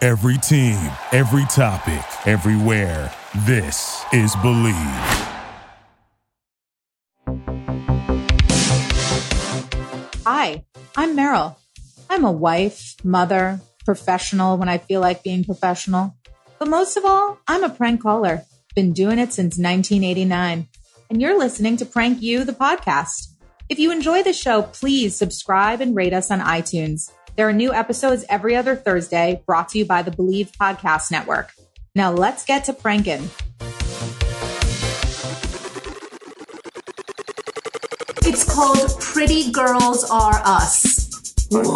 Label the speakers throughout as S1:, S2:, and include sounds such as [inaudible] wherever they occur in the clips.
S1: Every team, every topic, everywhere. This is Believe.
S2: Hi, I'm Meryl. I'm a wife, mother, professional when I feel like being professional. But most of all, I'm a prank caller. Been doing it since 1989. And you're listening to Prank You, the podcast. If you enjoy the show, please subscribe and rate us on iTunes. There are new episodes every other Thursday brought to you by the Believe Podcast Network. Now let's get to pranking.
S3: It's called Pretty Girls Are Us. What?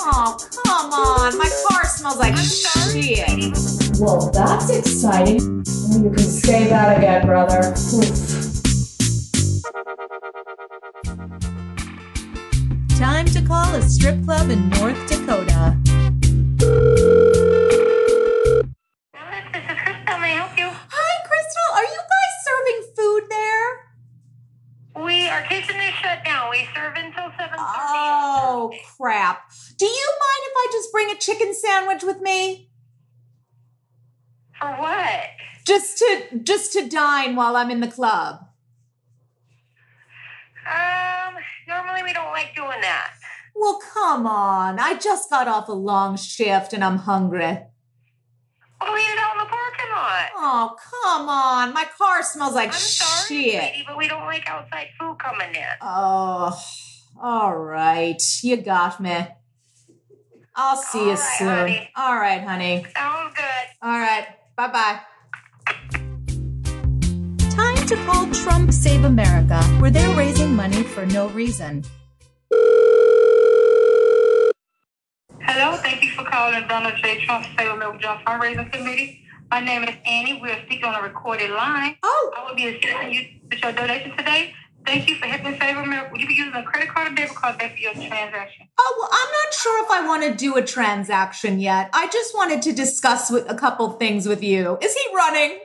S2: Oh, come on. My car smells like shit.
S3: Well, that's exciting. You can say that again, brother.
S2: Time to call a strip club in North Dakota.
S4: This is Crystal. May I help you?
S2: Hi, Crystal. Are you guys serving food there?
S4: We our kitchen is shut down. We serve until seven thirty.
S2: Oh, crap. Do you mind if I just bring a chicken sandwich with me?
S4: For what?
S2: Just to just to dine while I'm in the club.
S4: Um. Normally we don't like doing that.
S2: Well, come on. I just got off a long shift and I'm hungry.
S4: Well, Oh, we eat out in the parking lot.
S2: Oh, come on. My car smells like
S4: I'm sorry,
S2: shit.
S4: lady, but we don't like outside food coming in.
S2: Oh, all right. You got me. I'll see you
S4: All right,
S2: soon.
S4: honey.
S2: All right, honey.
S4: Sounds good.
S2: All right. Bye bye. Time to call Trump Save America, where they're raising money for no reason.
S4: Hello. Thank you for calling Donald J. Trump Sale Milk John Fundraising Committee. My name is Annie. We're speaking on a recorded line.
S2: Oh,
S4: I will be assisting you with your donation today. Thank you for helping save America. Will you be using a credit card or debit card back for your transaction?
S2: oh, well, I'm not sure if I want to do a transaction yet. I just wanted to discuss with, a couple things with you. Is he running?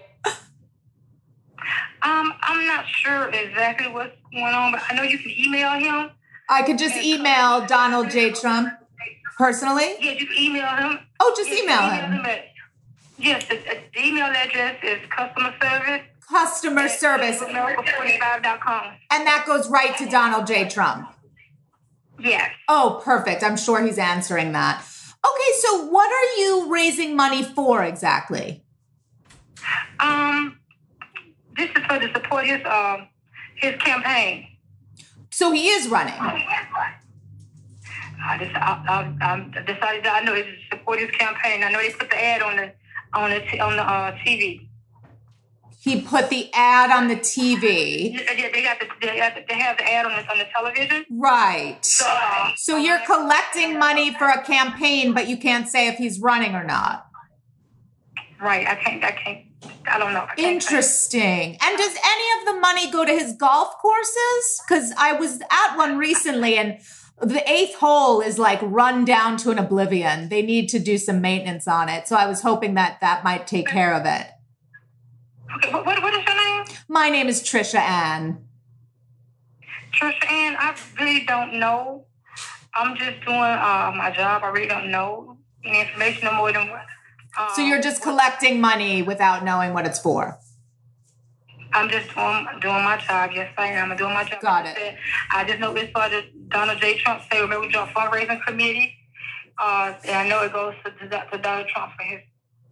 S4: Um, I'm not sure exactly what's going on, but I know you can email him.
S2: I could just email Donald J. Trump personally.
S4: Yeah, you can email him.
S2: Oh, just
S4: Yeah, you
S2: email
S4: can
S2: him.
S4: at- yes, the, uh, the email address is customer service.
S2: Customer service.
S4: America45.com.
S2: And that goes right to Donald J. Trump.
S4: Yes.
S2: Oh, perfect. I'm sure he's answering that. Okay, so what are you raising money for exactly?
S4: Um, this is for to support his um his campaign.
S2: So he is running.
S4: I just I, I, I decided that I know it's to support his campaign. I know they put the ad on the on the t- on the uh, TV.
S2: He put the ad on the TV.
S4: Yeah, they got the, they, got the, they have the ad on the, on the television.
S2: Right.
S4: So, uh,
S2: So you're collecting money for a campaign, but you can't say if he's running or not.
S4: right. I can't. I can't. I don't know. I can't-
S2: Interesting. And does any of the money go to his golf courses? Because I was at one recently and the eighth hole is like run down to an oblivion. They need to do some maintenance on it. So I was hoping that that might take care of it.
S4: Okay, what, what, what is your name?
S2: My name is Trisha Ann.
S4: Trisha Ann. I really don't know. I'm just doing uh, my job. I really don't know any information no more than what. Um,
S2: So you're just collecting money without knowing what it's for.
S4: um, I'm just doing doing my job. Yes, I am. I'm doing my job.
S2: Got it.
S4: I just know it's for the Donald J. Trump Say Remember Trump fundraising committee. Uh, and I know it goes to, to, to Donald Trump for his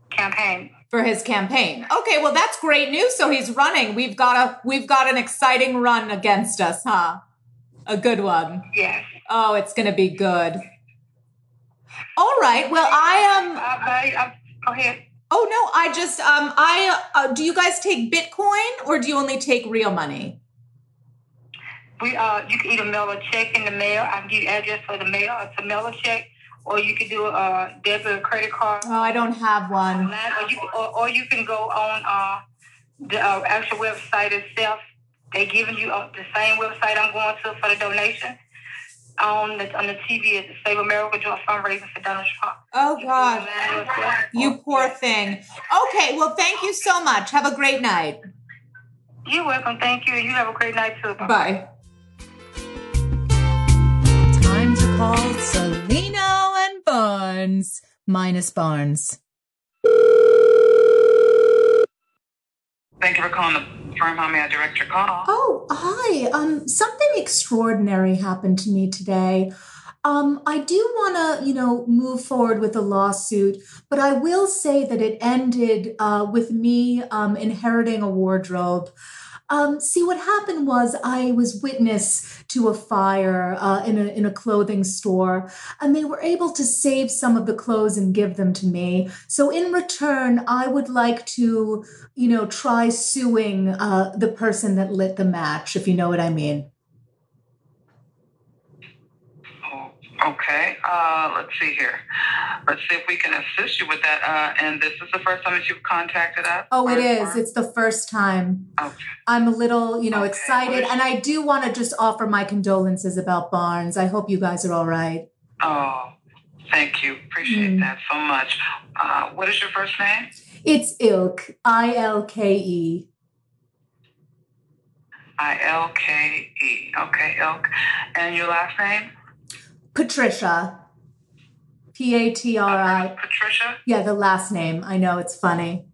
S4: campaign.
S2: For his campaign. Okay, well that's great news. So he's running. We've got a we've got an exciting run against us, huh? A good one.
S4: Yes.
S2: Oh, it's going to be good. All right. Well, I um
S4: I, I, I, go ahead.
S2: oh no, I just um I uh, do you guys take Bitcoin or do you only take real money?
S4: We uh, you can either mail a check in the mail. I can give you address for the mail uh, to mail a check, or you can do a uh, debit or credit card
S2: Oh, I don't have one.
S4: online, or you or, or you can go on uh, the uh, actual website itself. They giving you uh, the same website I'm going to for the donation on the on the TV is Save America Joint Fundraising for Donald Trump.
S2: Oh
S4: You can go
S2: god.
S4: online yourself.
S2: You poor thing. Okay, well thank you so much. Have a great night.
S4: You're welcome. Thank you. You have a great night too.
S2: Bye. Time to call Salino and Buns.
S5: minus Barnes.
S4: Thank you for calling the firm. How may I direct your call?
S2: Oh, hi. Um, something extraordinary happened to me today. Um, I do want to, you know, move forward with the lawsuit, but I will say that it ended uh, with me um, inheriting a wardrobe. Um, see, what happened was I was witness to a fire uh, in a in a clothing store, and they were able to save some of the clothes and give them to me. So in return, I would like to, you know, try suing uh, the person that lit the match, if you know what I mean.
S4: Oh, okay. Uh, let's see here. Let's see if we can assist you with that. Uh, and this is the first time that you've contacted us.
S2: Oh, it
S4: Or-
S2: is.
S4: or-
S2: It's the first time.
S4: Okay.
S2: I'm a little, you know,
S4: Okay.
S2: excited, and I do want to just offer my condolences about Barnes. I hope you guys are all right.
S4: Oh, thank you. Appreciate
S2: Mm.
S4: that so much. Uh, what is your first name?
S2: It's Ilk, I L K E.
S4: I L K E. Okay, Elk. And your last name?
S2: Patricia. P A T R I.
S4: Uh, Patricia.
S2: Yeah, the last name. I know it's funny.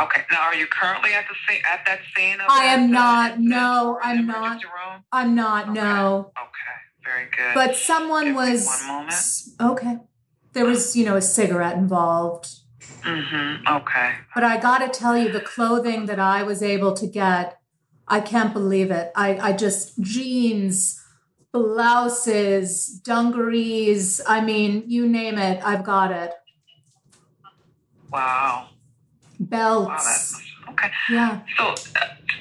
S4: Okay. Now, are you currently at the scene? At that scene? Of
S2: I am
S4: that,
S2: not.
S4: that-
S2: No,
S4: that
S2: I'm
S4: emergency Room?
S2: I'm not, no.
S4: Okay. Very good.
S2: But someone
S4: Give me
S2: was.
S4: one moment.
S2: s- Okay. There was, you know, a cigarette involved.
S4: Mm-hmm. Okay.
S2: But I gotta tell you, the clothing that I was able to get, I can't believe it. I, I just jeans, blouses, dungarees. I mean, you name it, I've got it.
S4: Wow. Wow.
S2: Belts.
S4: That's okay.
S2: Yeah.
S4: So, uh,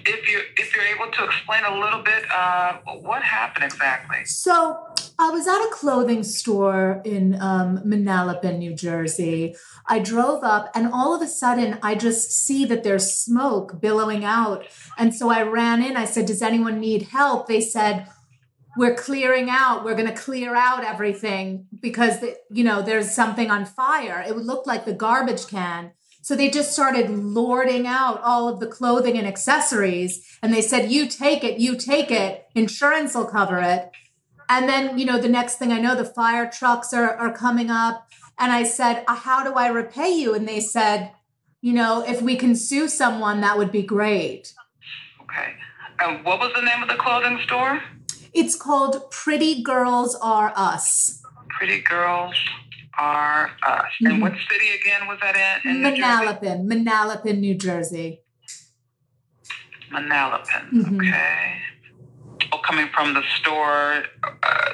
S4: if you if you're able to explain a little bit, uh, what happened exactly?
S2: So I was at a clothing store in um, Manalapan, New Jersey. I drove up, and all of a sudden, I just see that there's smoke billowing out. And so I ran in. I said, "Does anyone need help?" They said, "We're clearing out. We're going to clear out everything because the, you know there's something on fire." It would look like the garbage can. So they just started lording out all of the clothing and accessories. And they said, you take it, you take it, insurance will cover it. And then, you know, the next thing I know, the fire trucks are, are coming up. And I said, "Uh, how do I repay you? And they said, you know, if we can sue someone, that would be great.
S4: Okay. And what was the name of the clothing store?
S2: It's called Pretty Girls Are Us.
S4: Pretty Girls Are Us.
S2: Mhm.
S4: And what city again was that in? in New Jersey?
S2: Manalapan, Manalapan, New Jersey.
S4: Manalapan.
S2: Mhm.
S4: Okay. Oh, coming from the store, uh,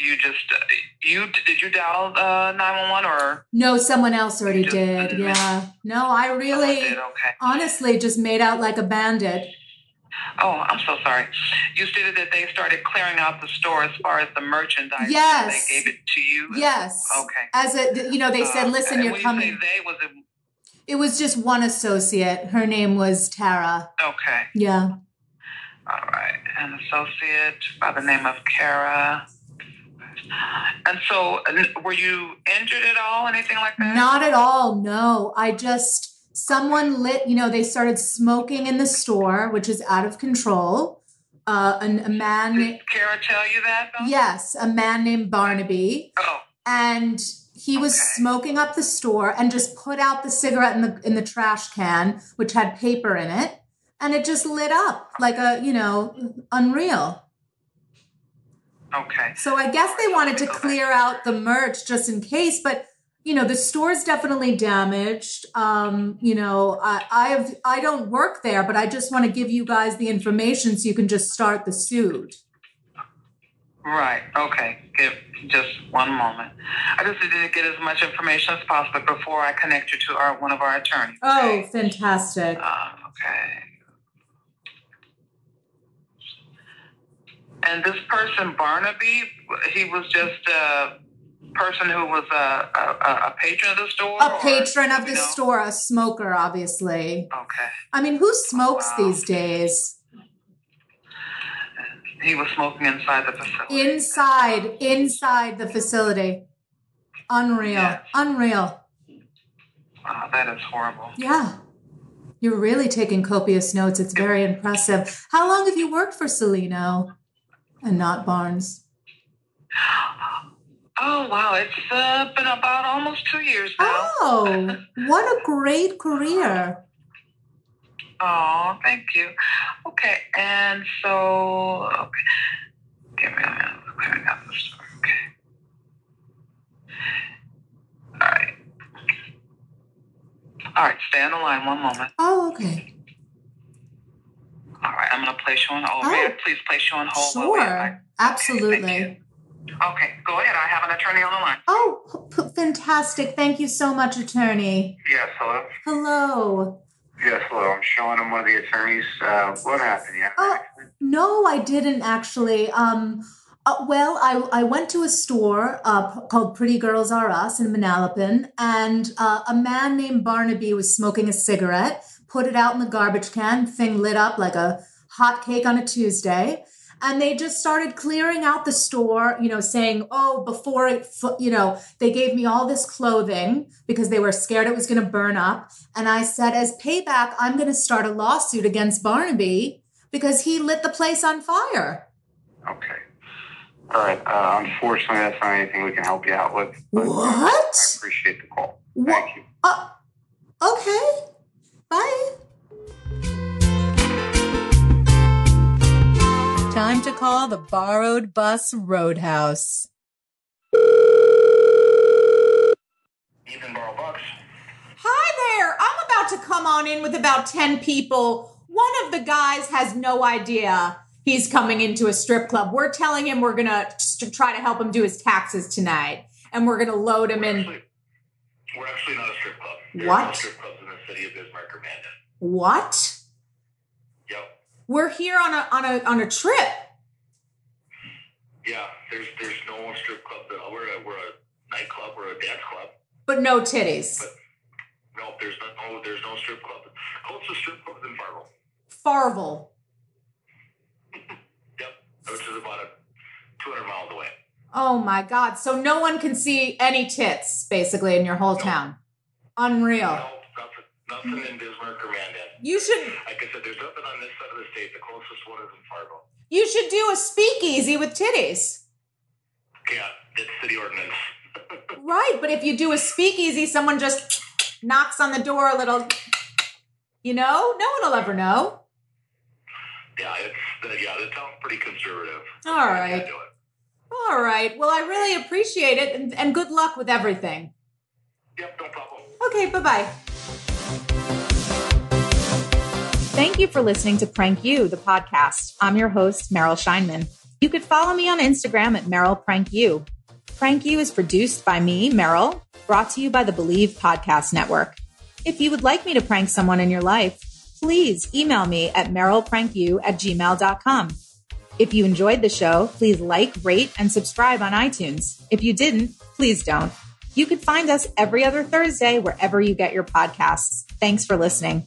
S4: you just uh, you did you dial uh, nine one one or?
S2: No, someone else already
S4: Just
S2: did.
S4: admit-
S2: Yeah. No, I
S4: Someone
S2: really,
S4: did, Okay.
S2: honestly, just made out like a bandit.
S4: Oh, I'm so sorry. You stated that they started clearing out the store as far as the merchandise. and
S2: Yes.
S4: They gave it to you.
S2: Yes.
S4: Okay.
S2: As a, you know, they said,
S4: Uh,
S2: listen,
S4: and
S2: you're
S4: when You
S2: coming.
S4: say they was it?
S2: It was just one associate. Her name was Tara.
S4: Okay.
S2: Yeah.
S4: All right, an associate by the name of Kara. And so, n- were you injured at all? Anything like that?
S2: Not at all. No, I just, someone lit, you know, they started smoking in the store, which is out of control. Uh, an, a man,
S4: Did Kara tell you that? Though?
S2: yes, a man named Barnaby.
S4: Oh,
S2: and he was
S4: Okay.
S2: smoking up the store and just put out the cigarette in the in the trash can which had paper in it and it just lit up like a you know unreal
S4: okay.
S2: so i guess they wanted to clear out the merch just in case but you know the store's definitely damaged um you know i i've i don't work there but i just want to give you guys the information so you can just start the suit
S4: Right. Okay. Give just one moment. I just needed to get as much information as possible before I connect you to our one of our attorneys.
S2: oh
S4: okay?
S2: fantastic
S4: Um, okay. And this person, Barnaby, he was just a person who was a, a, a- a patron of the store?
S2: a
S4: or-
S2: patron of
S4: you
S2: the
S4: know?
S2: store a smoker obviously
S4: Okay.
S2: I mean, who smokes
S4: wow.
S2: these days?
S4: He was smoking inside the facility.
S2: Inside, inside the facility. Unreal.
S4: Yes.
S2: Unreal.
S4: Wow, Ah, that is horrible.
S2: Yeah. You're really taking copious notes. It's very impressive. How long have you worked for Salino and not Barnes?
S6: Oh wow, it's uh, been about almost two years now.
S7: Oh, what a great career.
S6: Oh, thank you. Okay, and so okay, give me a minute. We're clearing out the store. Okay. All right. All right, stay on the line one moment.
S7: Oh, okay.
S6: All right, I'm gonna place you on hold. May I
S7: Oh.
S6: please place you on hold? while we-
S7: Sure. Absolutely.
S6: Okay, go ahead. I have an attorney on the line.
S7: Oh, p- p- fantastic. Thank you so much, attorney.
S4: Yes, hello.
S7: Hello.
S4: Yes, hello. I'm Sean. I'm one of the attorneys. Uh, what happened? Yeah.
S7: Oh, no, I didn't actually. Um, uh, well, I, I went to a store uh, p- called Pretty Girls Are Us in Manalapan, and uh, a man named Barnaby was smoking a cigarette, put it out in the garbage can, thing lit up like a hot cake on a Tuesday. And they just started clearing out the store, you know, saying, oh, before it, f- you know, they gave me all this clothing because they were scared it was going to burn up. And I said, as payback, I'm going to start a lawsuit against Barnaby because he lit the place on fire.
S4: Okay. All right. Uh, unfortunately, that's not anything we can help you out with. but I
S7: What?
S4: appreciate the call.
S7: What?
S4: Thank you.
S7: Uh, okay. Bye.
S2: Time to call the borrowed bus roadhouse.
S4: Even borrow bucks.
S2: Hi there. I'm about to come on in with about 10 people. One of the guys has no idea he's coming into a strip club. We're telling him we're going to try to help him do his taxes tonight and we're going to load him in.
S4: Actually, we're actually not a strip club. There are
S2: What?
S4: no strip clubs in the city of Bismarck or Mandan.
S2: What?
S4: Yep.
S2: We're here on a on a on a trip.
S4: Yeah. There's there's no strip club. At all. We're a, we're a nightclub. We're a dance club.
S2: But no titties.
S4: No, there's no, no there's no strip club. Closest strip club is in Fargo.
S2: Farvel.
S4: Yep. Which is about a 200 miles away.
S2: Oh my god. So no one can see any tits, basically, in your whole town. Unreal.
S4: No, nothing, nothing in Bismarck or Mandan.
S2: You should
S4: Like I said, there's nothing on this side of the state. The closest one is in Fargo.
S2: you should do a speakeasy with titties.
S4: Yeah, it's city ordinance. [laughs]
S2: Right, but if you do a speakeasy, someone just knocks on the door a little you know, no one will ever know.
S4: yeah, it's the, yeah, the town's pretty conservative.
S2: All
S4: Yeah,
S2: right.
S4: do it.
S2: All right. Well, I really appreciate it and, and good luck with everything.
S4: Yep, no problem.
S2: Okay, bye bye. Thank you for listening to Prank You, the podcast. I'm your host, Meryl Scheinman. You could follow me on Instagram at Meryl Prank You. Prank You is produced by me, Meryl, brought to you by the Believe Podcast Network. If you would like me to prank someone in your life, please email me at merylprankyou at gmail.com. If you enjoyed the show, please like, rate, and subscribe on iTunes. If you didn't, please don't. You can find us every other Thursday wherever you get your podcasts. Thanks for listening.